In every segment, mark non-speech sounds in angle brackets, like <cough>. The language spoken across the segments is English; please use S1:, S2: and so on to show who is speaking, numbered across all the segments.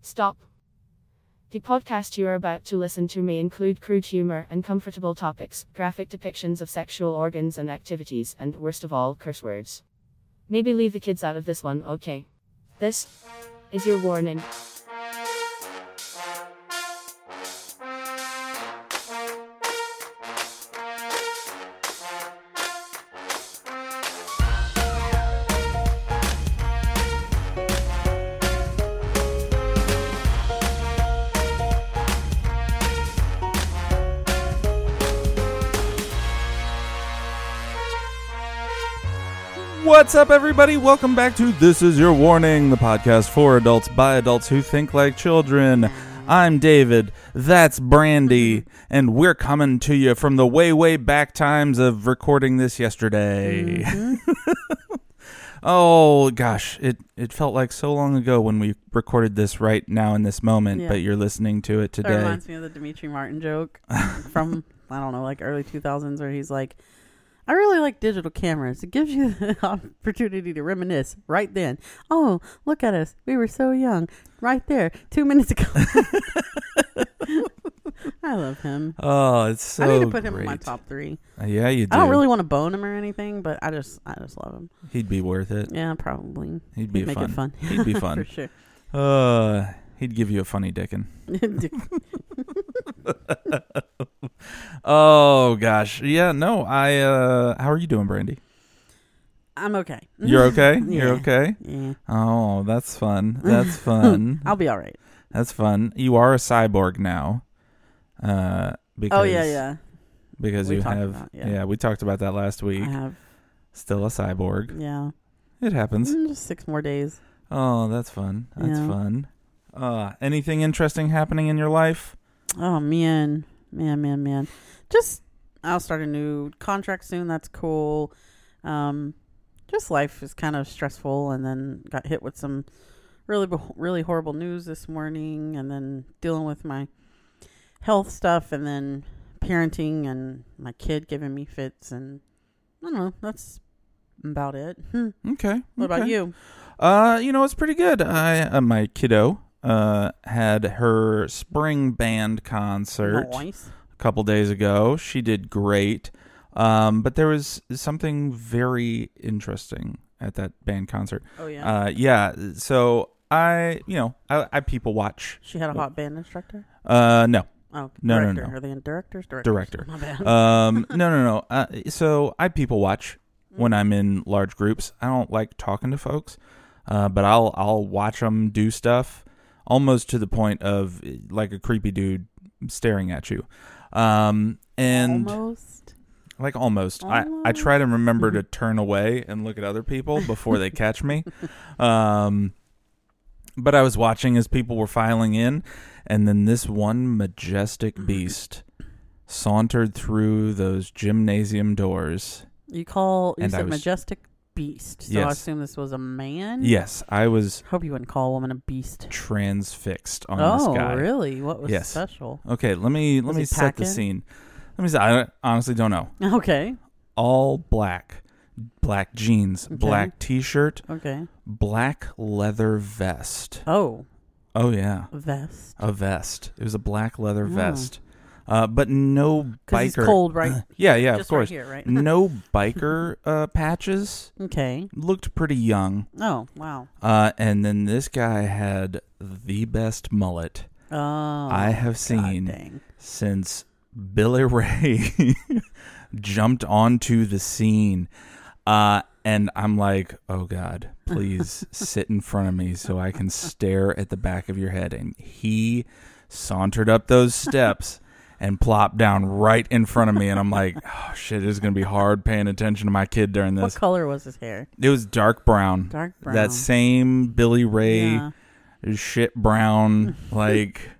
S1: Stop. The podcast you are about to listen to may include crude humor, uncomfortable topics, graphic depictions of sexual organs and activities, and worst of all, curse words. Maybe leave the kids out of this one, okay? This is your warning.
S2: What's up, everybody? Welcome back to This Is Your Warning, the podcast for adults by adults who think like children. I'm David, that's Brandy, and we're coming to you from the way, way back times of recording this yesterday.
S3: Mm-hmm.
S2: <laughs> oh gosh, it it felt like so long ago when we recorded this right now in this moment,
S3: Yeah.
S2: but you're listening to it
S3: That
S2: today.
S3: reminds me of the Dimitri Martin joke from I don't know, like early two thousands, where he's like, "I really like digital cameras. It gives you <laughs> the opportunity to reminisce right then. Oh, look at us. We were so young. Right there, two minutes ago. <laughs> I love him.
S2: Oh, it's so
S3: I need to put him in my
S2: great.
S3: top three.
S2: Yeah, you do.
S3: I don't really want to bone him or anything, but I just, I just love him.
S2: He'd be worth it.
S3: Yeah, probably.
S2: He'd be
S3: Make
S2: fun.
S3: it fun.
S2: He'd
S3: <laughs>
S2: be fun.
S3: for sure.
S2: Uh, he'd give you a funny dickin. <laughs> Oh gosh, yeah, no. I uh, how are you doing, Brandy?
S3: I'm okay. <laughs>
S2: You're okay. You're
S3: Yeah.
S2: okay.
S3: Yeah,
S2: Oh, that's
S3: <laughs>
S2: fun. That's fun.
S3: I'll be
S2: <laughs>
S3: all right.
S2: that's fun. You are a cyborg now. Uh, because
S3: Oh yeah, yeah.
S2: because
S3: We
S2: you
S3: talked
S2: have
S3: about-
S2: yeah.
S3: yeah. Uh-huh.
S2: We talked about that last
S3: I
S2: week.
S3: have.
S2: Still a cyborg.
S3: Yeah.
S2: It happens.
S3: Mm, Just six more days.
S2: Oh, that's fun. That's
S3: Mm-hmm. Yeah.
S2: fun. Uh, anything interesting happening in your life?
S3: Oh man, man, man, man. Just I'll start a new contract soon. That's cool. Um, just life is kind of stressful, and then got hit with some really, bo- really horrible news this morning, and then dealing with my health stuff, and then parenting, and my kid giving me fits, and I don't know. That's about it. Hmm.
S2: Okay.
S3: What about
S2: okay.
S3: you?
S2: Uh, you know, it's pretty good. I uh, my kiddo uh had her spring band concert
S3: Nice.
S2: a couple days ago. She did great. Um, but there was something very interesting at that band concert.
S3: Oh yeah.
S2: Uh, yeah. So I, you know, I, I people watch.
S3: she had a hot band instructor.
S2: Uh, no,
S3: Oh,
S2: No, no,
S3: director.
S2: no.
S3: Are they in directors? Directors.
S2: director.
S3: My <laughs> bad.
S2: Um, no, no, no. Uh, so I people watch when I'm in large groups. I don't like talking to folks, uh, but I'll I'll watch them do stuff, almost to the point of eh, like a creepy dude staring at you, um, and
S3: almost.
S2: like almost. I I try to remember
S3: <laughs>
S2: to turn away and look at other people before they catch me. Um, but I was watching as people were filing in, and then this one
S3: Mm-hmm.
S2: majestic beast sauntered through those gymnasium doors.
S3: You call you
S2: And I
S3: said
S2: was-
S3: majestic beast. So I
S2: Yes.
S3: assume this was a man.
S2: Yes, I was
S3: Hope you wouldn't call a woman a beast.
S2: transfixed on this
S3: Oh,
S2: guy.
S3: really? What was
S2: Yes. Uh,
S3: special?
S2: Okay, let me let
S3: Was
S2: me
S3: he
S2: set the
S3: packing?
S2: scene. Let me. s- I honestly don't know.
S3: Okay.
S2: All black, black jeans, black t-shirt,
S3: Okay.
S2: black leather vest.
S3: Oh,
S2: Oh yeah,
S3: vest.
S2: a vest. It was a black leather
S3: Oh.
S2: vest, uh, but no biker.
S3: Because it's cold, right?
S2: <laughs> Yeah, yeah,
S3: Just
S2: of course.
S3: Right here, <laughs> right?
S2: no biker uh, patches.
S3: okay.
S2: Looked pretty young.
S3: Oh, wow.
S2: Uh, and then this guy had the best mullet
S3: Oh,
S2: I
S3: I
S2: have seen
S3: Dang.
S2: since Billy <laughs> Ray jumped onto the scene. Uh, and I'm like, oh God,
S3: <laughs>
S2: please sit in front of me so I can stare at the back of your head. And he sauntered up those steps and plopped down right in front of me. And I'm
S3: <laughs>
S2: like, oh shit, it's going to be hard paying attention to my kid during
S3: What
S2: this.
S3: color was his hair?
S2: It was dark brown.
S3: Dark brown.
S2: That same Billy Ray
S3: Yeah.
S2: shit
S3: <laughs>
S2: brown like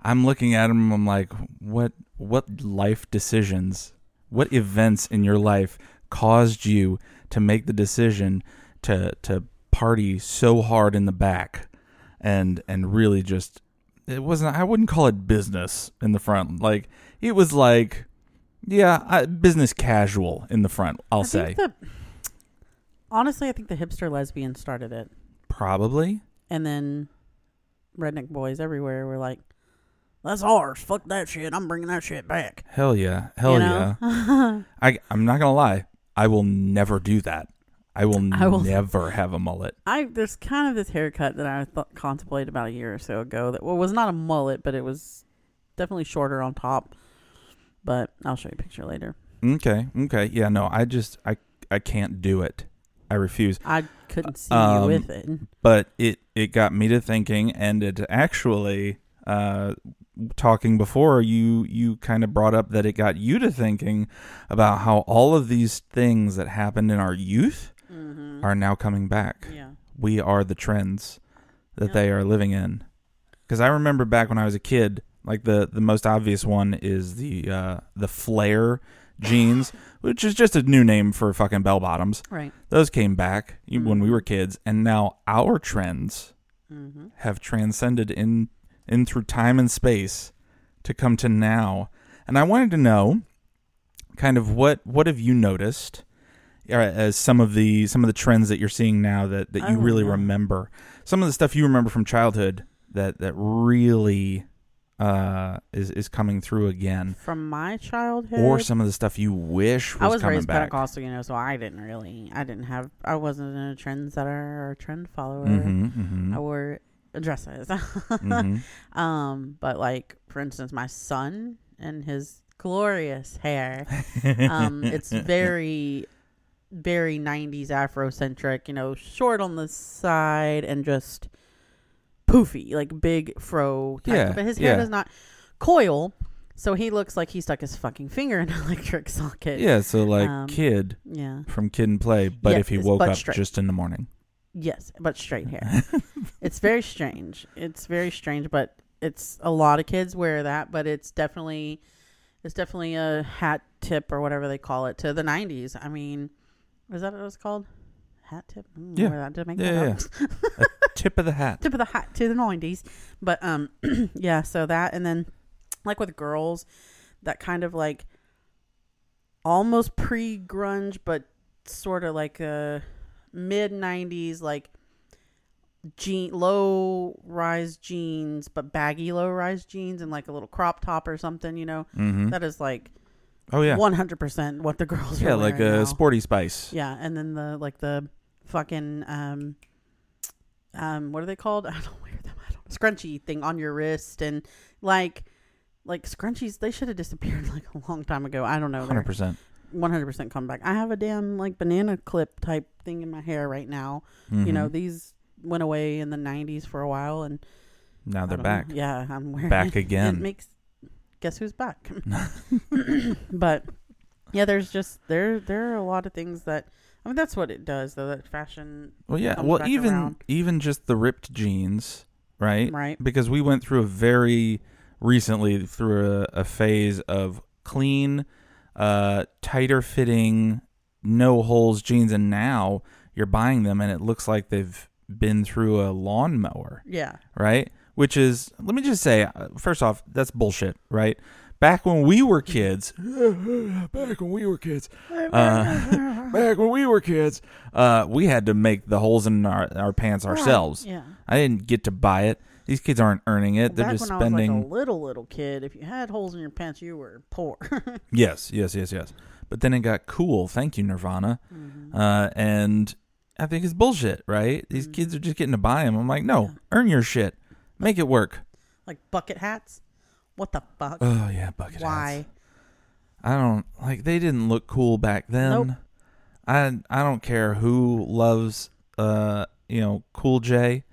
S2: i'm looking at him i'm like what what life decisions what events in your life caused you to make the decision to to party so hard in the back and and really just it wasn't i wouldn't call it business in the front like it was like yeah I, business casual in the front i'll
S3: I
S2: say
S3: think the, honestly, I think the hipster lesbian started it.
S2: probably
S3: and then redneck boys everywhere were like, "That's ours. Fuck that shit. I'm bringing that shit back."
S2: Hell yeah. Hell
S3: you
S2: yeah.
S3: know?
S2: I I'm not gonna lie. I will never do that. I will,
S3: I will-
S2: never have a mullet.
S3: <laughs> I there's kind of this haircut that I thought, contemplated about a year or so ago that well, was not a mullet, but it was definitely shorter on top. But I'll show you a picture later.
S2: Okay. Okay. Yeah. No. I just I I can't do it. I refuse.
S3: I couldn't see
S2: Um,
S3: you with it.
S2: But it it got me to thinking, and it actually uh, talking before you you kind of brought up that it got you to thinking about how all of these things that happened in our youth
S3: Mm-hmm.
S2: are now coming back.
S3: Yeah.
S2: we are the trends that
S3: Yeah.
S2: they are living in. Because I remember back when I was a kid, like the the most obvious one is the uh, the flare jeans, which is just a new name for fucking bell bottoms.
S3: Right.
S2: Those came back e- when we
S3: Mhm.
S2: were kids, and now our trends
S3: Mm-hmm.
S2: have transcended in in through time and space to come to now. And I wanted to know kind of what what have you noticed uh, as some of the some of the trends that you're seeing now that that you
S3: Oh,
S2: really
S3: yeah.
S2: remember. Some of the stuff you remember from childhood that that really uh is is coming through again
S3: From my childhood,
S2: or some of the stuff you wish was,
S3: I was
S2: coming
S3: raised
S2: back.
S3: Pentecostal, you know, so I didn't really, I didn't have, I wasn't a trendsetter or a trend follower.
S2: Mhm, mhm,
S3: <laughs> I wore dresses.
S2: mhm.
S3: <laughs> Um, but like for instance, my son and his glorious hair.
S2: <laughs>
S3: Um, it's very, very '90s Afrocentric. You know, short on the side and just poofy, like big fro. Type.
S2: Yeah,
S3: but his hair
S2: yeah.
S3: does not coil, so he looks like he stuck his fucking finger in an electric socket.
S2: Yeah, so like
S3: um,
S2: kid
S3: yeah.
S2: from Kid and Play, but
S3: Yeah,
S2: if he
S3: it's
S2: woke
S3: butt
S2: up
S3: straight.
S2: just in the morning.
S3: Yes, but straight hair. it's very strange. It's very strange, but it's a lot of kids wear that, but it's definitely it's definitely a hat tip or whatever they call it to the 90s. I mean, is that what it's called? Hat tip? I don't know
S2: Yeah.
S3: where that- did I make
S2: Yeah,
S3: that
S2: yeah,
S3: up?
S2: <laughs>
S3: <laughs>
S2: Tip of the hat.
S3: tip of the hat to the 90s. But um <clears throat> yeah, so that and then like with girls that kind of like almost pre-grunge but sort of like a mid 90s like jean low rise jeans but baggy low rise jeans and like a little crop top or something, you know.
S2: hmm
S3: That is like
S2: Oh yeah,
S3: 100% what the <laughs> girls
S2: yeah,
S3: are
S2: like
S3: wearing
S2: a
S3: now.
S2: sporty spice.
S3: Yeah, and then the like the fucking um um what are they called? <laughs> I don't wear them. I don't scrunchy thing on your wrist and like like scrunchies. They should have disappeared <laughs> like a long time ago. I don't know.
S2: Hundred percent.
S3: One hundred percent comeback. I have a damn like banana clip type thing in my hair right now. You
S2: Mm-hmm.
S3: know these went away in the nineties for a while and
S2: now
S3: I
S2: they're
S3: don't know. <laughs>
S2: back,
S3: Yeah, I'm wearing
S2: back
S3: it
S2: again.
S3: makes guess
S2: <laughs>
S3: who's back. <laughs> but yeah, there's just there there are a lot of things that I mean that's what it does though that fashion
S2: Well, yeah.
S3: comes
S2: Well,
S3: back
S2: even
S3: around.
S2: even just the ripped jeans, right?
S3: right
S2: Because we went through a very recently through a, a phase of clean, uh, tighter fitting, no holes jeans, and now you're buying them, and it looks like they've been through a lawnmower.
S3: yeah
S2: right? Which is, let me just say, uh, first off, that's bullshit, right? Back when we were kids, <laughs> back when we were kids, uh, <laughs> back when we were kids, uh, we had to make the holes in our, our pants ourselves.
S3: yeah
S2: I didn't get to buy it. These kids aren't earning it. They're
S3: back
S2: just
S3: when
S2: spending.
S3: I was like a little little kid if you had holes in your pants you were poor <laughs>
S2: Yes, yes, yes, yes. But then it got cool. Thank you, Nirvana.
S3: Mm-hmm.
S2: Uh, and I think it's bullshit, right? These
S3: Mm-hmm.
S2: kids are just getting to buy them. I'm like, no, earn your shit. Make it work.
S3: like bucket hats what the fuck
S2: Oh, yeah, bucket hats.
S3: why
S2: I don't like they didn't look cool back then.
S3: Nope.
S2: I I don't care who loves uh you know Cool
S3: <laughs>
S2: J,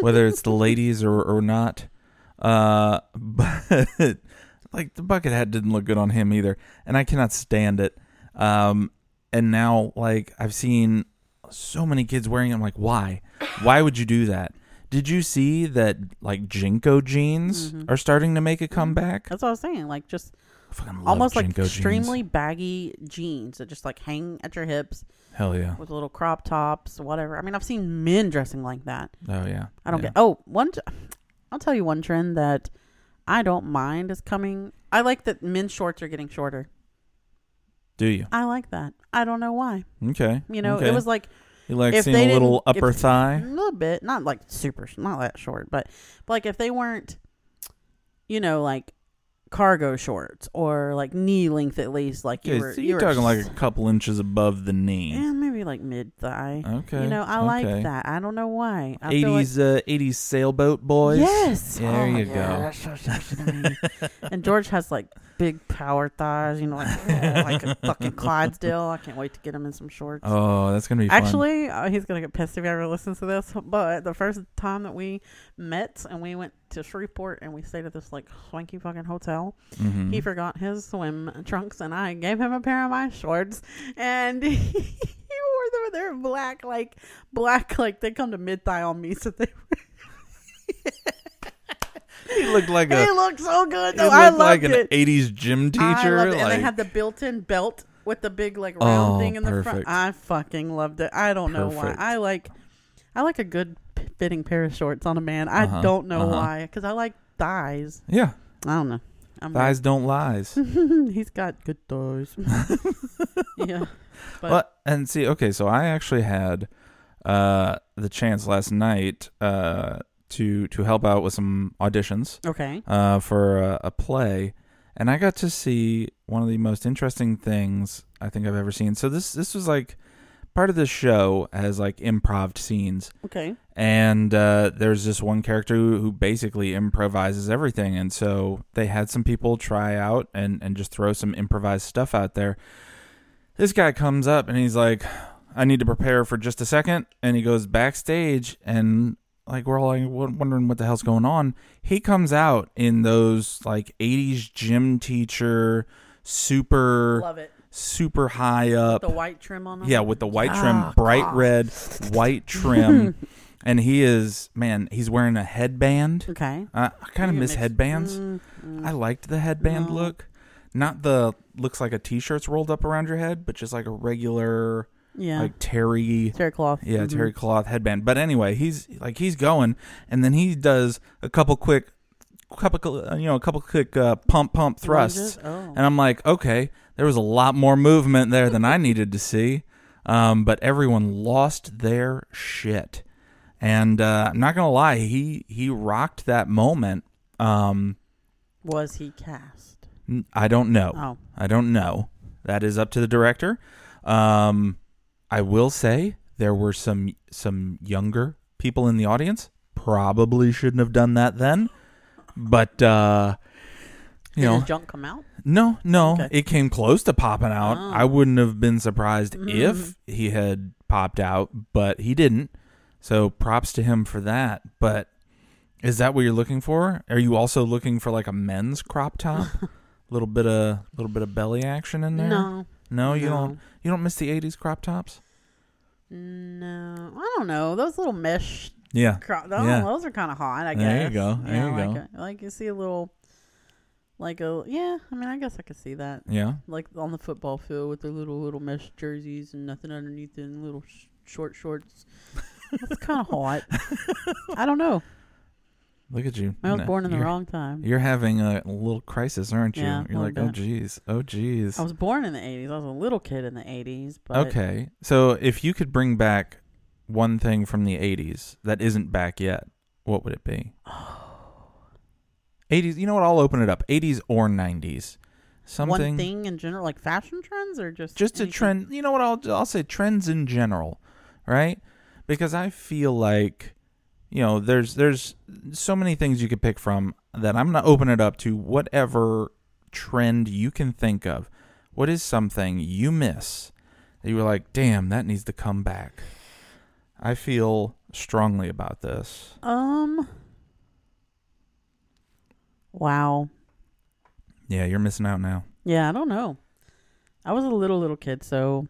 S2: whether it's the ladies or or not. Uh, <laughs> but like the bucket hat didn't look good on him either, and I cannot stand it. Um, and now like I've seen so many kids wearing them. Like why? Why would you do that? Did you see that like Jinko jeans
S3: Mhm.
S2: are starting to make a comeback?
S3: that's what I was saying like just
S2: I fucking love
S3: almost like
S2: Jinko jeans.
S3: extremely baggy jeans that just like hang at your hips
S2: Hell yeah.
S3: with little crop tops whatever I mean I've seen men dressing like that
S2: Oh yeah.
S3: I don't
S2: yeah.
S3: get. Oh, one. T- I'll tell you one trend that I don't mind is coming. I like that men's shorts are getting shorter.
S2: Do you?
S3: I like that. I don't know why.
S2: Okay.
S3: You know,
S2: okay.
S3: it was like
S2: You like
S3: If
S2: seeing
S3: they
S2: a little
S3: didn't- if-
S2: upper
S3: a
S2: thigh?
S3: little bit, not like super, sh- not that short, but, but like if they weren't, you know, like cargo shorts or like knee length at least, like you
S2: Okay,
S3: were
S2: so
S3: you
S2: you're
S3: were
S2: talking like
S3: s-
S2: a couple inches above the knee.
S3: yeah, maybe like mid thigh.
S2: Okay.
S3: You know, I
S2: okay.
S3: like that. I don't know why. I feel like-
S2: Eighties, uh, eighties sailboat boys.
S3: Yes.
S2: There
S3: Oh,
S2: you
S3: yeah,
S2: go.
S3: that's so sexy to me. and George has like big power thighs, you know, like <laughs> oh, like a fucking Clydesdale. I can't wait to get him in some shorts.
S2: Oh, that's gonna be fun.
S3: Actually, uh, he's gonna get pissed if he ever listens to this. But the first time that we met and we went to Shreveport and we stayed at this like swanky fucking hotel,
S2: Mhm.
S3: he forgot his swim trunks and I gave him a pair of my shorts and <laughs> he wore them. They're black, like black, like they come to mid thigh on me, so they
S2: He looked like a.
S3: It looked so good
S2: he
S3: though. I
S2: looked like
S3: loved
S2: an
S3: it.
S2: eighties gym teacher.
S3: I loved it. And
S2: like-
S3: they had the built-in belt with the big like round
S2: Oh,
S3: thing in the front.
S2: perfect.
S3: I fucking loved it. I don't know why.
S2: Perfect.
S3: I like I like a good p- fitting pair of shorts on a man. I
S2: Uh-huh,
S3: don't know
S2: uh-huh.
S3: why cuz I like thighs.
S2: yeah,
S3: I don't know. I'm
S2: thighs don't
S3: Hmm,
S2: lies.
S3: <laughs> He's got good
S2: <laughs>
S3: thighs. yeah. But
S2: well, and see, okay, so I actually had uh, the chance last night uh, to to help out with some auditions
S3: okay.
S2: uh, for a, a play, and I got to see one of the most interesting things I think I've ever seen. So this this was like part of the show has like improv scenes,
S3: Okay.
S2: and uh, there's this one character who, who basically improvises everything and so they had some people try out and, and just throw some improvised stuff out there this guy comes up and he's like i need to prepare for just a second and he goes backstage and like we're all like w- wondering what the hell's going on he comes out in those like 80s gym teacher super
S3: Love it.
S2: super high up
S3: The white trim on them.
S2: yeah, with the white trim, bright red, white trim, and he is man. He's wearing a headband.
S3: Okay.
S2: Uh, I kind of
S3: You
S2: miss
S3: mix-
S2: headbands.
S3: Mm,
S2: I liked the headband
S3: No.
S2: look, not the looks like a t-shirt's rolled up around your head, but just like a regular
S3: yeah.
S2: like terry.
S3: terry cloth.
S2: Yeah,
S3: Mhm.
S2: terry cloth headband. But anyway, he's like he's going, and then he does a couple quick, couple uh, you know a couple quick uh, pump pump thrusts,
S3: Lunges? Oh.
S2: and I'm like, okay, there was a lot more movement there than I needed to see. Um, but everyone lost their shit. And uh, I'm not going to lie, he, he rocked that moment. Um,
S3: Was he cast?
S2: n- I don't know.
S3: Oh,
S2: I don't know. That is up to the director. Um, I will say there were some some younger people in the audience. Probably shouldn't have done that then. But, uh, you
S3: did
S2: know,
S3: his junk come out?
S2: no, no,
S3: Okay.
S2: it came close to popping out.
S3: Oh.
S2: I wouldn't have been surprised
S3: Mm.
S2: if he had popped out, but he didn't. So props to him for that. But is that what you're looking for? Are you also looking for like a men's crop
S3: <laughs>
S2: top? little bit of little bit of belly action in there?
S3: No,
S2: No, you
S3: no.
S2: don't you don't miss the 80s crop tops?
S3: No, I don't know. Those little mesh,
S2: Yeah.
S3: cro- those,
S2: Yeah.
S3: those are kind of hot. I
S2: There you
S3: guess.
S2: go, there
S3: Yeah,
S2: you
S3: like
S2: go.
S3: A, like you see a little, like a yeah. I mean, I guess I could see that,
S2: Yeah.
S3: like on the football field with the little little mesh jerseys and nothing underneath it, and little sh- short shorts. That's
S2: <laughs>
S3: kind of hot. I don't know.
S2: Look at you.
S3: I was
S2: No,
S3: born in the
S2: you're-
S3: wrong time.
S2: You're having a little crisis, aren't you?
S3: Yeah, a
S2: you're
S3: little
S2: like, "Oh
S3: bit.
S2: geez. Oh geez."
S3: I was born in the '80s. I was a little kid in the '80s, but
S2: Okay. So if you could bring back one thing from the 80s that isn't back yet, what would it be?
S3: Oh.
S2: 80s. You know what? I'll open it up. 80s or 90s. Something.
S3: one thing in general, like fashion trends, or just
S2: Just a
S3: anything?
S2: trend. You know what? I'll I'll say trends in general, right? Because I feel like you know, there's there's so many things you could pick from that I'm going to open it up to whatever trend you can think of. What is something you miss that you were like, "Damn, that needs to come back." I feel strongly about this.
S3: Um. Wow.
S2: Yeah, you're missing out now.
S3: Yeah, I don't know. I was a little little kid, so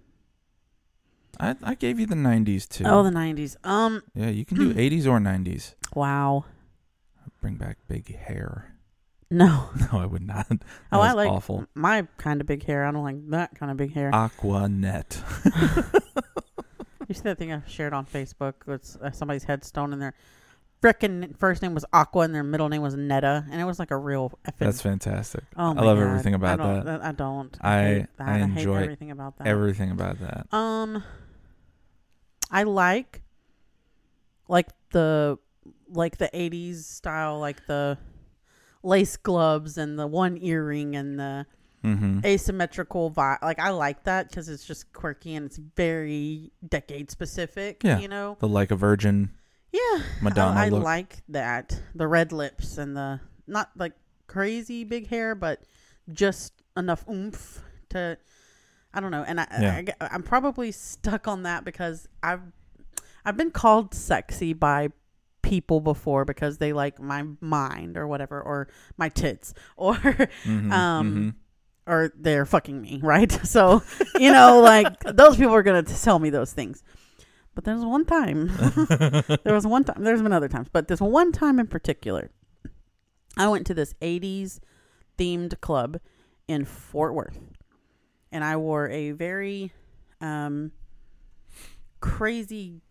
S2: I I gave you the 90s too.
S3: oh, the nineties. Um.
S2: yeah, you can do 80s or 90s.
S3: Wow. <laughs>
S2: Bring back big hair. <laughs>
S3: No.
S2: No, I would not.
S3: oh, I
S2: was
S3: like
S2: awful.
S3: my kind of big hair. I don't like that kind of big hair.
S2: Aquanet.
S3: you see that thing I shared on Facebook? It's uh, somebody's headstone, and their frickin' first name was Aqua, and their middle name was Netta, and it was like a real. Effing,
S2: That's fantastic.
S3: oh my
S2: love
S3: God.
S2: everything about
S3: I don't,
S2: that.
S3: I don't.
S2: I-
S3: hate that.
S2: I enjoy
S3: hate everything about that.
S2: Everything about that.
S3: Um, I like like the like the 80s style like the lace gloves and the one earring and the
S2: Mm-hmm.
S3: asymmetrical vibe. Like I like that cuz it's just quirky and it's very decade specific,
S2: Yeah.
S3: you know.
S2: The like a virgin.
S3: Yeah.
S2: Madonna
S3: I, I
S2: look.
S3: like that. The red lips and the not like crazy big hair, but just enough oomph to. I don't know, and I,
S2: Yeah.
S3: I, am probably stuck on that because I've I've been called sexy by people before because they like my mind or whatever or my tits <laughs> or
S2: Mhm,
S3: um
S2: mhm.
S3: or they're fucking me, <laughs> right? So, you know, like those people are gonna tell me those things. But there's one time, <laughs> there was one time, there's been other times, but this one time in particular, I went to this 80s themed club in Fort Worth and I wore a very um, crazy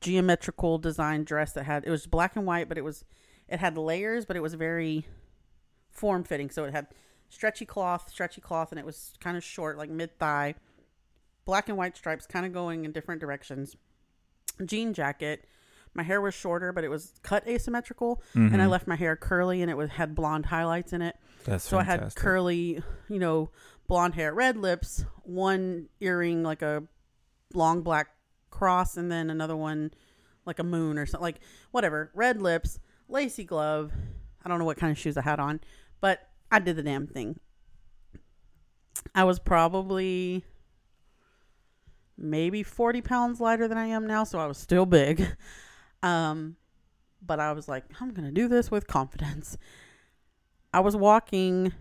S3: geometrical design dress that had, it was black and white, but it was, it had layers, but it was very form fitting. So it had stretchy cloth, stretchy cloth, and it was kind of short, like mid thigh. Black and white stripes, kind of going in different directions. Jean jacket. My hair was shorter, but it was cut asymmetrical, and I left my hair curly, and it was had blonde highlights in it.
S2: That's
S3: So I had
S2: fantastic.
S3: curly, you know, blonde hair, red lips, one earring like a long black cross, and then another one like a moon or something, like whatever. Red lips, lacy glove. I don't know what kind of shoes I had on, but I did the damn thing. I was probably maybe 40 pounds lighter than I am now, so I was still big. <laughs> Um, but I was like, I'm going to do this with confidence. I was walking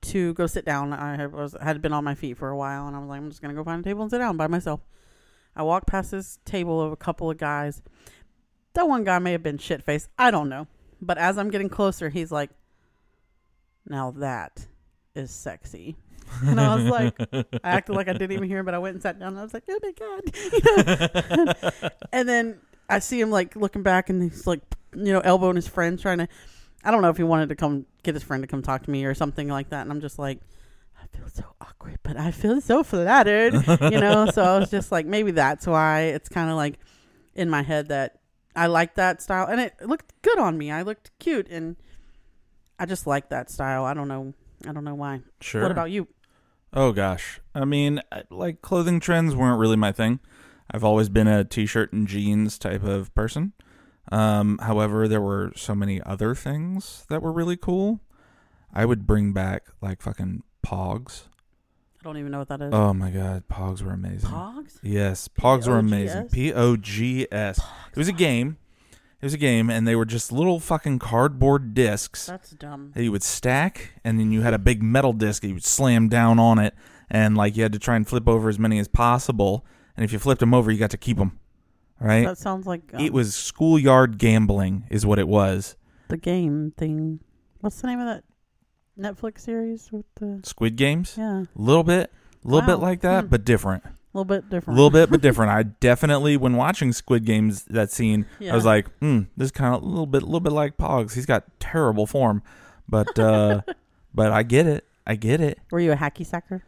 S3: to go sit down. I had- was had been on my feet for a while, and I was like, I'm just gonna go find a table and sit down by myself. I walked past this table of a couple of guys. That one guy may have been shit faced. I don't know. But as I'm getting closer, he's like, "Now that is sexy," and I was like, "I acted like I didn't even hear him, but I went and sat down, and I was like, "Oh my god!" <laughs> You know? <laughs> and then I see him like looking back, and he's like, you know, elbowing his friend, trying to I don't know if he wanted to come get his friend to come talk to me or something like that. And I'm just like, I feel so awkward, but I feel so
S2: <laughs>
S3: flattered, you know? So I was just like, maybe that's why it's kind of like in my head that I like that style. And it looked good on me. I looked cute and I just like that style. I don't know. I don't know why.
S2: sure.
S3: What about you?
S2: Oh gosh. I mean, I- like clothing trends weren't really my thing. I've always been a t-shirt and jeans type of person. Um, however, there were so many other things that were really cool. I would bring back like fucking pogs.
S3: I don't even know what that is.
S2: Oh my god, pogs were amazing.
S3: Pogs?
S2: Yes, pogs were amazing.
S3: P-O-G-S?
S2: P O G S. It was a game. It was a game and they were just little fucking cardboard discs
S3: That's dumb.
S2: that you would stack, and then you had a big metal disc that you would slam down on it, and like you had to try and flip over as many as possible. And if you flipped them over, you got to keep them. Right?
S3: That sounds like um,
S2: it was schoolyard gambling, is what it was.
S3: the game thing. What's the name of that Netflix series with the.
S2: Squid Games, a
S3: Yeah.
S2: little bit, a little
S3: Wow.
S2: bit like that,
S3: Hmm.
S2: but different.
S3: A little bit
S2: A
S3: different.
S2: little bit, but different. I definitely, when watching Squid Games, that scene, I was
S3: Yeah.
S2: like, hmm, this kind of a little bit, little bit like Pogs. He's got terrible form, but
S3: <laughs>
S2: uh, but I get it. I get it.
S3: Were you a hacky sacker?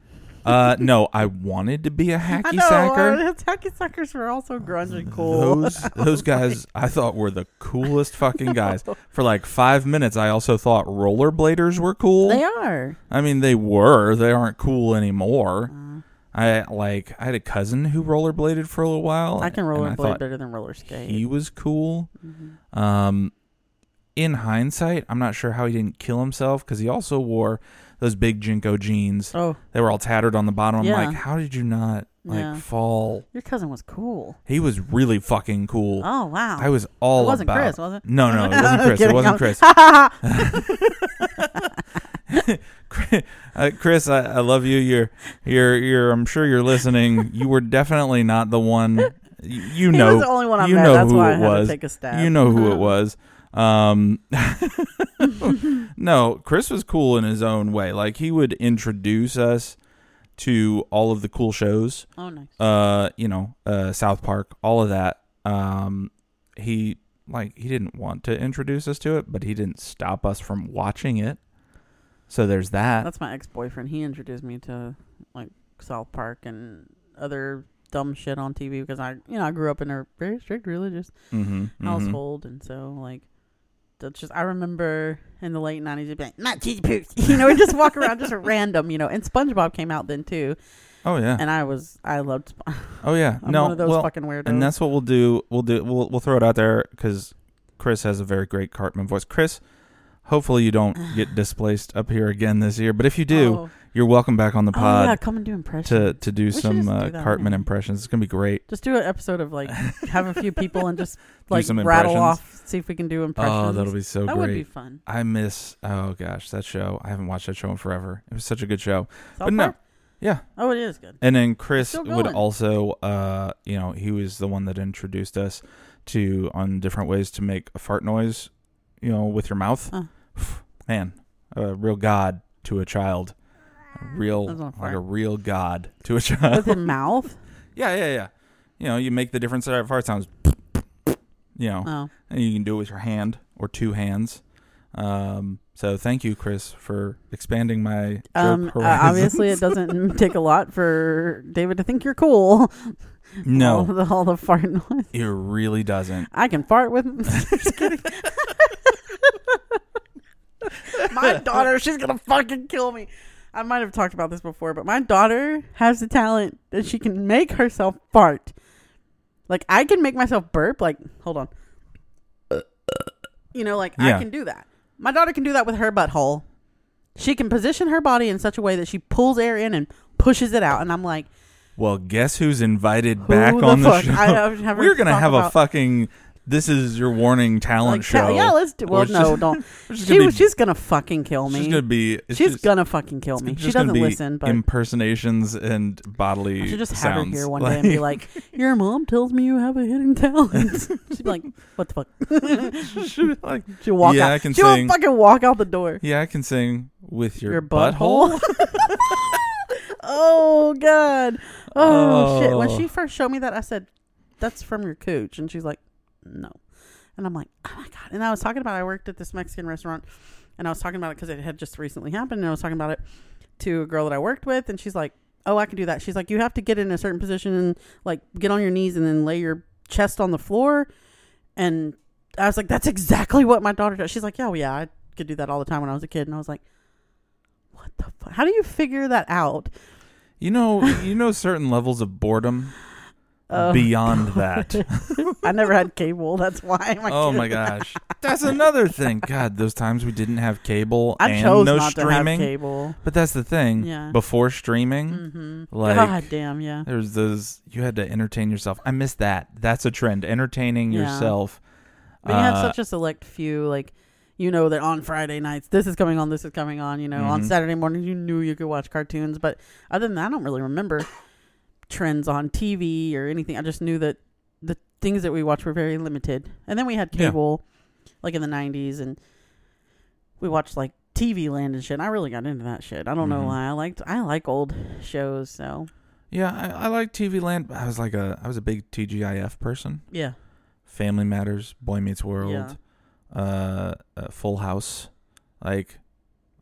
S2: Uh, no, I wanted to be a
S3: <laughs> I
S2: hacky
S3: know.
S2: sacker.
S3: uh, <laughs> hacky sackers were also grunge and cool.
S2: Those those guys I thought were the coolest fucking
S3: <laughs>
S2: guys. For like five minutes, I also thought rollerbladers were cool.
S3: They are.
S2: I mean, they were. They aren't cool anymore.
S3: Uh,
S2: I like I had a cousin who rollerbladed for a little while.
S3: I can
S2: and
S3: roller
S2: thought
S3: blade better than roller skate.
S2: He was cool.
S3: Mhm.
S2: Um, in hindsight, I'm not sure how he didn't kill himself because he also wore those big jinko jeans.
S3: Oh,
S2: They were all tattered on the bottom.
S3: Yeah.
S2: I'm like, how did you not like
S3: Yeah.
S2: fall?
S3: your cousin was cool.
S2: He was really fucking cool.
S3: Oh wow. <laughs>
S2: I was all
S3: It wasn't
S2: about.
S3: Chris, was it?
S2: No, no, it
S3: <laughs>
S2: wasn't Chris.
S3: Kidding,
S2: it wasn't
S3: I'm-
S2: Chris. Uh, Chris, I, I love you. You're, you're, you're. I'm sure you're listening. You were definitely not the one. You, you
S3: he
S2: know,
S3: was the only one I
S2: you
S3: met.
S2: know
S3: That's
S2: who
S3: why I
S2: it
S3: had
S2: was.
S3: to take a stab.
S2: you know
S3: <laughs>
S2: who it was. Um, <laughs> no, Chris was cool in his own way. Like he would introduce us to all of the cool shows
S3: Oh nice.
S2: uh, you know, uh, South Park, all of that. Um, he like he didn't want to introduce us to it, but he didn't stop us from watching it. So there's that.
S3: That's my ex boyfriend. He introduced me to like South Park and other dumb shit on TV because I, you know, I grew up in a very strict religious
S2: Mm-hmm,
S3: household, and so like that's just I remember in the late nineties, it'd be like not cheesy poops, <laughs> you know, and just walk
S2: <laughs>
S3: around just random, you know. And SpongeBob came out then too,
S2: Oh yeah.
S3: and I was I loved. Sp- <laughs>
S2: oh yeah.
S3: I'm
S2: no.
S3: one of those
S2: well,
S3: fucking weirdos.
S2: and that's what we'll do. We'll do. We'll we'll throw it out there because Chris has a very great Cartman voice. Chris, hopefully you
S3: <sighs>
S2: don't get displaced up here again this year. But if you do,
S3: Oh,
S2: you're welcome back on the
S3: Oh, yeah,
S2: pod
S3: come and do impressions.
S2: to to do
S3: should
S2: some
S3: just
S2: uh,
S3: do that,
S2: Cartman
S3: yeah.
S2: impressions. It's gonna be great.
S3: Just do an episode
S2: <laughs>
S3: of like have a few people and just
S2: Do
S3: like
S2: some
S3: rattle
S2: impressions.
S3: off, see if we can do impressions.
S2: Oh, that'll be so
S3: that
S2: great.
S3: would be fun.
S2: I miss. Oh gosh, that show. I haven't watched that show in forever. It was such a good show.
S3: South
S2: but no,
S3: Park?
S2: yeah.
S3: oh, it is good.
S2: And then Chris
S3: Still
S2: would
S3: going.
S2: also, uh, you know, he was the one that introduced us to on different ways to make a fart noise, you know, with your mouth.
S3: Huh.
S2: <sighs> Man, a real god to a child, a real
S3: That was on
S2: like
S3: fire.
S2: a real god to a <laughs>
S3: With
S2: child. <laughs>
S3: the mouth.
S2: yeah, yeah, yeah. You know, you make the different set of fart sounds. <sniffs> You know,
S3: Oh,
S2: and you can do it with your hand or two hands. Um, so thank you, Chris, for expanding my joke
S3: um, uh,
S2: horizon. <laughs>
S3: obviously it doesn't take a lot for David to think you're cool. all
S2: no,
S3: <laughs> the, all the fart noise.
S2: it really doesn't.
S3: I can fart with. <laughs> Just kidding. my
S2: <laughs>
S3: daughter, she's gonna fucking kill me. I might have talked about this before, but my daughter has the talent that she can make herself fart. Like I can make myself burp. Like hold on, you know, like
S2: Yeah.
S3: I can do that. My daughter can do that with her butthole. She can position her body in such a way that she pulls air in and pushes it out, and I'm like,
S2: Well, guess who's invited
S3: Who
S2: back
S3: the
S2: on the
S3: fuck?
S2: show?
S3: I have never
S2: <laughs> We're gonna
S3: talked
S2: have a
S3: about-
S2: fucking. This is your warning talent
S3: like
S2: show.
S3: "Hell yeah, let's do. Well,
S2: We're just-
S3: no, don't.
S2: We're just
S3: She,
S2: gonna be-
S3: she's gonna fucking kill me.
S2: She's gonna be. it's
S3: She's
S2: just-
S3: gonna fucking kill me.
S2: it's
S3: She
S2: just gonna
S3: doesn't
S2: be
S3: listen, but
S2: impersonations and bodily.
S3: I should just have
S2: sounds.
S3: her here one day and be like,
S2: <laughs>
S3: "Your mom tells me you have a hidden talent." <laughs> She'd be like, "What the
S2: <laughs>
S3: fuck?" <laughs>
S2: she'll be like,
S3: She'll walk
S2: Yeah,
S3: out.
S2: I can
S3: she will
S2: sing.
S3: fucking walk out the door.
S2: yeah, I can sing with your,
S3: Your
S2: butthole.
S3: butthole. <laughs> oh god. Oh, shit. When
S2: Oh.
S3: she first showed me that, I said, "That's from your cooch," and she's like, "No," and I'm like, "Oh my god!" And I was talking about I worked at this Mexican restaurant, and I was talking about it because it had just recently happened, and I was talking about it to a girl that I worked with, and she's like, "Oh, I can do that." She's like, "You have to get in a certain position and like get on your knees and then lay your chest on the floor," and I was like, "That's exactly what my daughter does." She's like, "Oh, "Yeah, well, yeah, I could do that all the time when I was a kid," and I was like. What the fuck? How do you figure that out?
S2: You know, you know certain levels of boredom
S3: <laughs> Oh, <laughs>
S2: beyond that.
S3: I never had cable. That's why. My
S2: oh
S3: kid-
S2: my gosh, that's another thing. God, those times we didn't have cable
S3: I
S2: and
S3: chose
S2: no
S3: not to have
S2: streaming.
S3: cable.
S2: But that's the thing.
S3: Yeah.
S2: Before streaming,
S3: Mm-hmm.
S2: like
S3: God damn, yeah.
S2: there's those you had to entertain yourself. I miss that. That's a trend. Entertaining
S3: Yeah.
S2: yourself.
S3: But you have
S2: Uh,
S3: such a select few, like you know that on Friday nights this is coming on, this is coming on. You know, on
S2: Mhm.
S3: Saturday mornings you knew you could watch cartoons, but other than that, I don't really remember trends on TV or anything. I just knew that the things that we watched were very limited, and then we had
S2: Yeah.
S3: cable, like in the '90s, and we watched like TV Land and shit. And I really got into that shit. I don't
S2: Mhm.
S3: know why. I liked I like old shows, so
S2: yeah, I, I like TV Land. I was like a I was a big TGIF person.
S3: yeah.
S2: Family Matters, Boy Meets World, uh, uh, Full House. Like,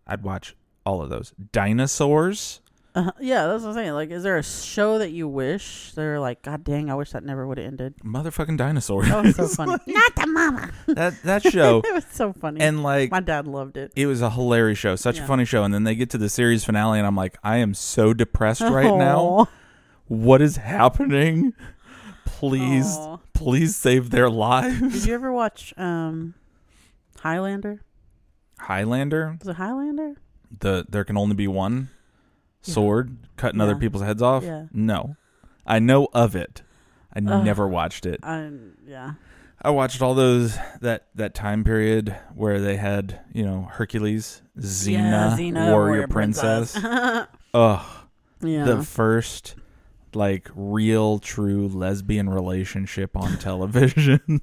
S2: I'd watch all of those. Dinosaurs.
S3: Uh, yeah, that's what I'm saying. Like, is there a show that you wish they're like, God dang, I wish that never would have ended?
S2: Motherfucking dinosaurs. <laughs>
S3: That was so funny. Not the mama.
S2: that that show
S3: <laughs> it was so funny.
S2: and like
S3: my dad loved it.
S2: it was a hilarious show, such a
S3: Yeah.
S2: funny show. And then they get to the series finale, and I'm like, I am so depressed right
S3: <laughs>
S2: now. What is happening? Please,
S3: Aw.
S2: please save their
S3: Did
S2: lives.
S3: you ever watch um, Highlander?
S2: Highlander,
S3: Was it Highlander?
S2: the there can only be one
S3: Yeah.
S2: sword cutting other
S3: Yeah.
S2: people's heads off.
S3: Yeah.
S2: No, I know of it. I
S3: Ugh.
S2: never watched it.
S3: I yeah.
S2: I watched all those that that time period where they had you know Hercules, Xena,
S3: yeah,
S2: warrior, princess.
S3: <laughs>
S2: Ugh,
S3: yeah.
S2: the first like real true lesbian relationship on <laughs> television.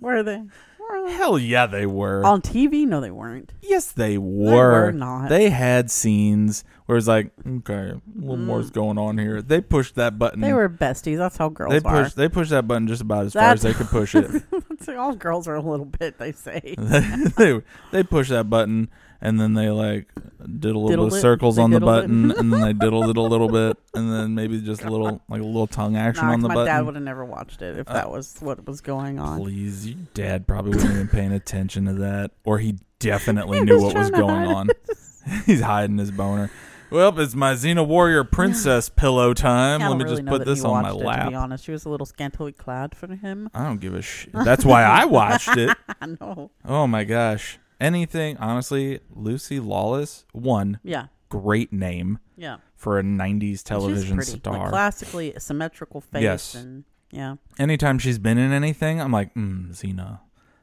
S3: Where are they? Where are they?
S2: Hell yeah, they were.
S3: On TV? No, they weren't.
S2: yes, they were.
S3: They were not.
S2: They had scenes where it's like, okay, a little
S3: Mm.
S2: more's going on here. They pushed that button.
S3: They were besties. That's how girls
S2: They
S3: are. <laughs>
S2: pushed. They pushed that button just about as
S3: That's-
S2: far as they could push it.
S3: That's- all girls are a little bit. They say.
S2: <laughs> they they pushed that button, and then they like did a little
S3: Diddled
S2: bit of
S3: it.
S2: circles
S3: They
S2: on the
S3: diddled it.
S2: button, and then
S3: <laughs>
S2: they diddled it a little bit, and then maybe just a little like a little tongue action
S3: Nah,
S2: on the
S3: my dad
S2: button.
S3: would have never watched it if
S2: Uh,
S3: that was what was going on.
S2: Please, your dad probably wasn't even paying attention to that, or he definitely
S3: <laughs> He
S2: knew
S3: was
S2: what was
S3: trying to
S2: going
S3: hide
S2: on. <laughs> He's hiding his boner. Well, it's my Xena Warrior Princess pillow
S3: I
S2: time.
S3: don't
S2: Let me
S3: really
S2: just
S3: know
S2: put
S3: that
S2: this
S3: he
S2: on my
S3: watched it, To be
S2: lap.
S3: honest, she was a little scantily clad for him. <laughs>
S2: I don't give a shit. That's why I watched it.
S3: I know.
S2: Oh my gosh. Anything, honestly, Lucy Lawless, one
S3: Yeah,
S2: great name
S3: yeah.
S2: for a 90s
S3: And
S2: television
S3: she's pretty,
S2: star.
S3: Like classically symmetrical face.
S2: Yes.
S3: And, yeah. <laughs>
S2: Anytime she's been in anything, I'm like, mm, Xena.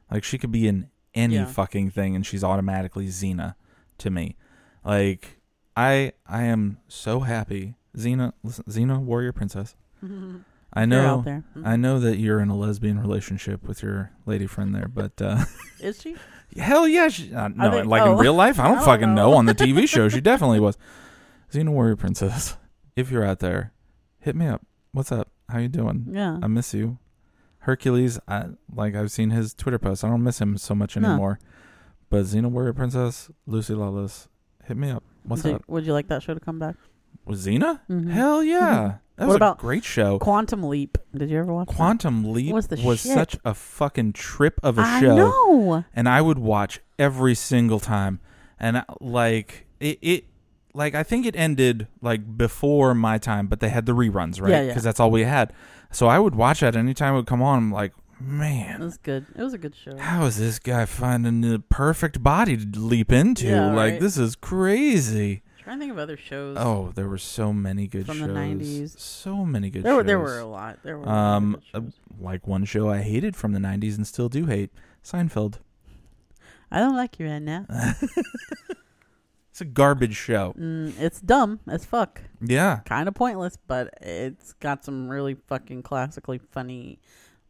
S2: Like, she could be in any
S3: Yeah.
S2: fucking thing, and she's automatically Xena to me. Like, I I am so happy. Xena, listen, Xena, Warrior Princess. I
S3: They're out
S2: know.
S3: there. Mm-hmm.
S2: I know that you're in a lesbian relationship with your lady friend there, but
S3: <laughs>
S2: uh, <laughs>
S3: Is she?
S2: Hell yeah, she, uh, no,
S3: think-
S2: like in
S3: oh.
S2: real life, I don't,
S3: <laughs> I don't
S2: fucking know.
S3: know.
S2: On the
S3: <laughs>
S2: TV show, she definitely was. Xena Warrior Princess, <laughs> if you're out there, hit me up. What's up? How you doing?
S3: Yeah.
S2: I miss you. Hercules, I, like I've seen his Twitter posts. I don't miss him so much
S3: No.
S2: anymore. But Xena Warrior Princess, Lucy Lawless, hit me up. What's
S3: Would you-
S2: up?
S3: Would you like that show to come back?
S2: Was Xena?
S3: Mhm.
S2: Hell yeah, that
S3: What
S2: was
S3: about
S2: a great show.
S3: Quantum Leap. Did you ever watch? that?
S2: Quantum Leap
S3: Was
S2: was,
S3: the shit.
S2: such a fucking trip of a
S3: I
S2: show
S3: know.
S2: and I would watch every single time. And uh, like it, it, like I think it ended like before my time, but they had the reruns, right?
S3: Yeah, yeah.
S2: that's all we had. So I would watch that anytime it would come on. I'm like,
S3: It
S2: man,
S3: was good. It was a good show.
S2: how is this guy finding the perfect body to leap into?
S3: Yeah,
S2: like
S3: right.
S2: this is crazy.
S3: trying to think of other shows.
S2: Oh, there were so many good
S3: From the
S2: shows.
S3: 90s.
S2: So many good
S3: there
S2: shows.
S3: were there were a lot. There were. a lot of
S2: Um,
S3: good shows.
S2: like one show I hated from the '90s and still do hate, Seinfeld.
S3: I don't like you right now.
S2: uh, It's a garbage show.
S3: Mm, it's dumb as fuck.
S2: Yeah.
S3: Kind of pointless, but it's got some really fucking classically funny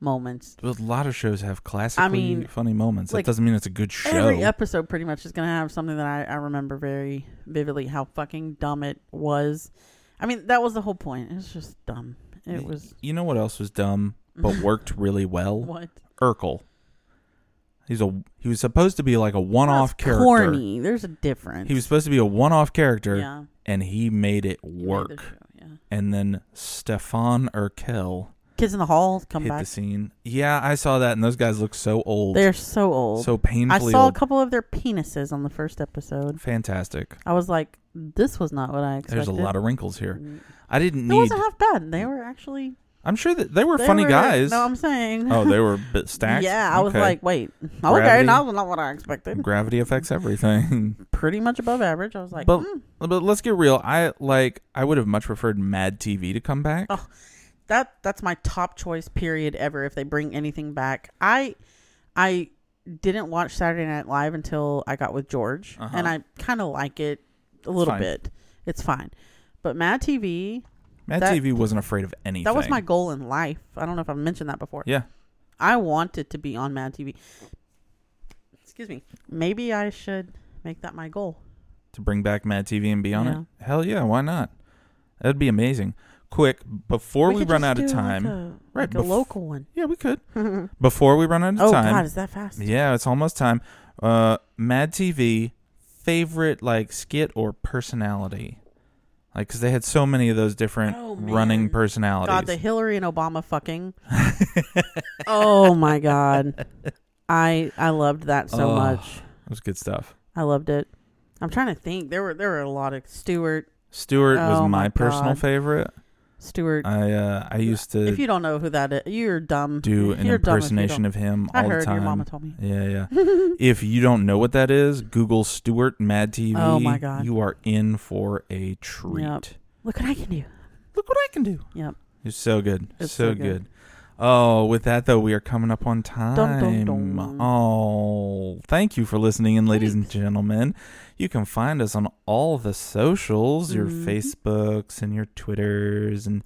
S3: moments.
S2: A lot of shows have classically
S3: mean,
S2: funny moments.
S3: like,
S2: that doesn't mean it's a good show.
S3: Every episode pretty much is going to have something that I, I remember very vividly how fucking dumb it was. I mean, that was the whole point. It was just dumb. It was <laughs>
S2: You know what else was dumb but worked really well?
S3: what?
S2: Urkel. He's a he was supposed to be like a one-off
S3: That's
S2: character.
S3: Corny. There's a difference.
S2: He was supposed to be a one-off character
S3: yeah.
S2: and he made it
S3: He made the
S2: work.
S3: show, yeah.
S2: and then Stefan Urkel
S3: Kids in the Hall come
S2: hit
S3: back.
S2: the scene. Yeah, I saw that and those guys look so old.
S3: They're so old.
S2: so
S3: I
S2: painfully
S3: saw a
S2: old.
S3: couple of their penises on the first episode.
S2: Fantastic.
S3: I was like, this was not what I expected.
S2: There's a lot of wrinkles here.
S3: Mm.
S2: I didn't
S3: It
S2: need
S3: wasn't half bad. They were actually
S2: I'm sure that they were
S3: they
S2: funny
S3: were-
S2: guys. <laughs>
S3: No, I'm saying. <laughs>
S2: oh, they were a bit stacked.
S3: Yeah, I was
S2: Okay.
S3: like, wait, okay,
S2: Gravity.
S3: that was not what I
S2: <laughs>
S3: expected.
S2: gravity affects everything.
S3: Pretty much above average. I was <laughs> like,
S2: But-
S3: mm,
S2: but let's get real. I like I would have much preferred Mad TV to come back.
S3: Oh. that that's my top choice period ever. If they bring anything back, I I didn't watch Saturday Night Live until I got with George,
S2: Uh-huh.
S3: and I kind of like it a little
S2: fine.
S3: bit. It's fine, but Mad TV
S2: Mad
S3: that-
S2: TV wasn't afraid of anything.
S3: that was my goal in life. I don't know if I've mentioned that before.
S2: Yeah.
S3: I wanted to be on Mad TV. Excuse me. Maybe I should make that my goal.
S2: to bring back Mad TV and be on it. Hell yeah, why not? That'd be amazing. Quick, before we,
S3: could
S2: run
S3: just
S2: out of
S3: do, like,
S2: time.
S3: a-
S2: Right,
S3: like a
S2: bef- <laughs>
S3: local one.
S2: yeah, we could.
S3: oh
S2: Before we run out of time.
S3: God, is that fast?
S2: Yeah, it's almost time. Uh Mad TV favorite like skit or personality. Like cuz they had so many of those different
S3: Oh,
S2: running
S3: man.
S2: personalities.
S3: God, the
S2: <laughs>
S3: Hillary and Obama fucking. oh my God, I I loved that so
S2: Oh.
S3: much.
S2: It was good stuff.
S3: I loved it. I'm trying to think. There were there were a lot of Stewart
S2: Stewart was
S3: Oh,
S2: my,
S3: my
S2: personal
S3: God.
S2: favorite.
S3: Stewart.
S2: I uh, I used
S3: if
S2: to
S3: you don't know who that is, you're dumb.
S2: do an
S3: You're dumb if you
S2: impersonation
S3: don't.
S2: of him all
S3: I heard
S2: the time.
S3: your mama told me. <laughs>
S2: yeah, yeah. if you don't know what that is, Google Stewart Mad TV.
S3: Oh, my God.
S2: You are in for a treat.
S3: Look what I can do.
S2: Look what I can do.
S3: Yep.
S2: It's so good.
S3: It's
S2: so
S3: so
S2: good.
S3: good.
S2: Oh, with that though, we are coming up on time.
S3: dun, dun.
S2: Oh, thank you for listening in, ladies and gentlemen. You can find us on all the socials, your
S3: Mhm.
S2: Facebooks and your Twitters, and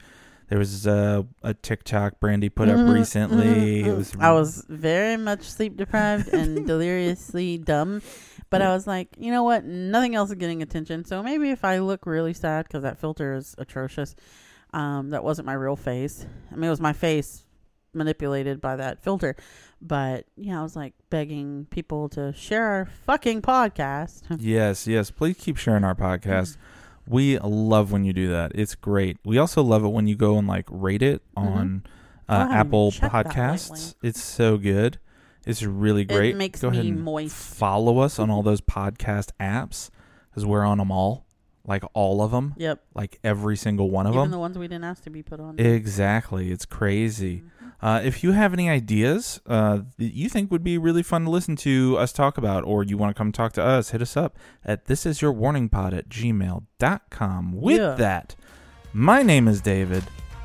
S2: there was a, a TikTok Brandy put up
S3: Mhm,
S2: recently. It
S3: mhm, mhm.
S2: was
S3: I was very much sleep deprived
S2: <laughs>
S3: and deliriously dumb, but I was like, you know what? Nothing else is getting attention, so maybe if I look really sad because that filter is atrocious. Um, that wasn't my real face. I mean, it was my face manipulated by that filter. But yeah, I was like begging people to share our fucking podcast.
S2: Yes, yes. Please keep sharing our podcast. We love when you do that. It's great. We also love it when you go and like rate it
S3: Mm-hmm.
S2: on
S3: I
S2: uh,
S3: haven't
S2: Apple
S3: checked that
S2: Podcasts.
S3: lately.
S2: It's so good. It's really great.
S3: makes
S2: go ahead
S3: me
S2: and
S3: moist.
S2: Follow us on all those podcast apps because we're on them all, like all of them,
S3: <laughs> yep.
S2: like every single one of
S3: Even
S2: them.
S3: the ones we didn't ask to be put on.
S2: Exactly. It's crazy. Uh, if you have any ideas uh, that you think would be really fun to listen to us talk about, or you want to come talk to us, hit us up at this is your warning pod at gmail.com. With
S3: Yeah.
S2: that, my name is David,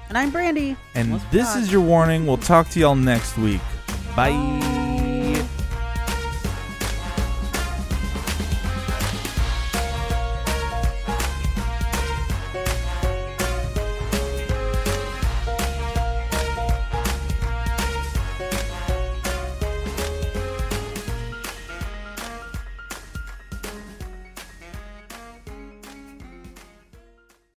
S3: and I'm Brandy.
S2: and
S3: Almost
S2: this
S3: forgot.
S2: is your warning. We'll talk to y'all next week. Bye.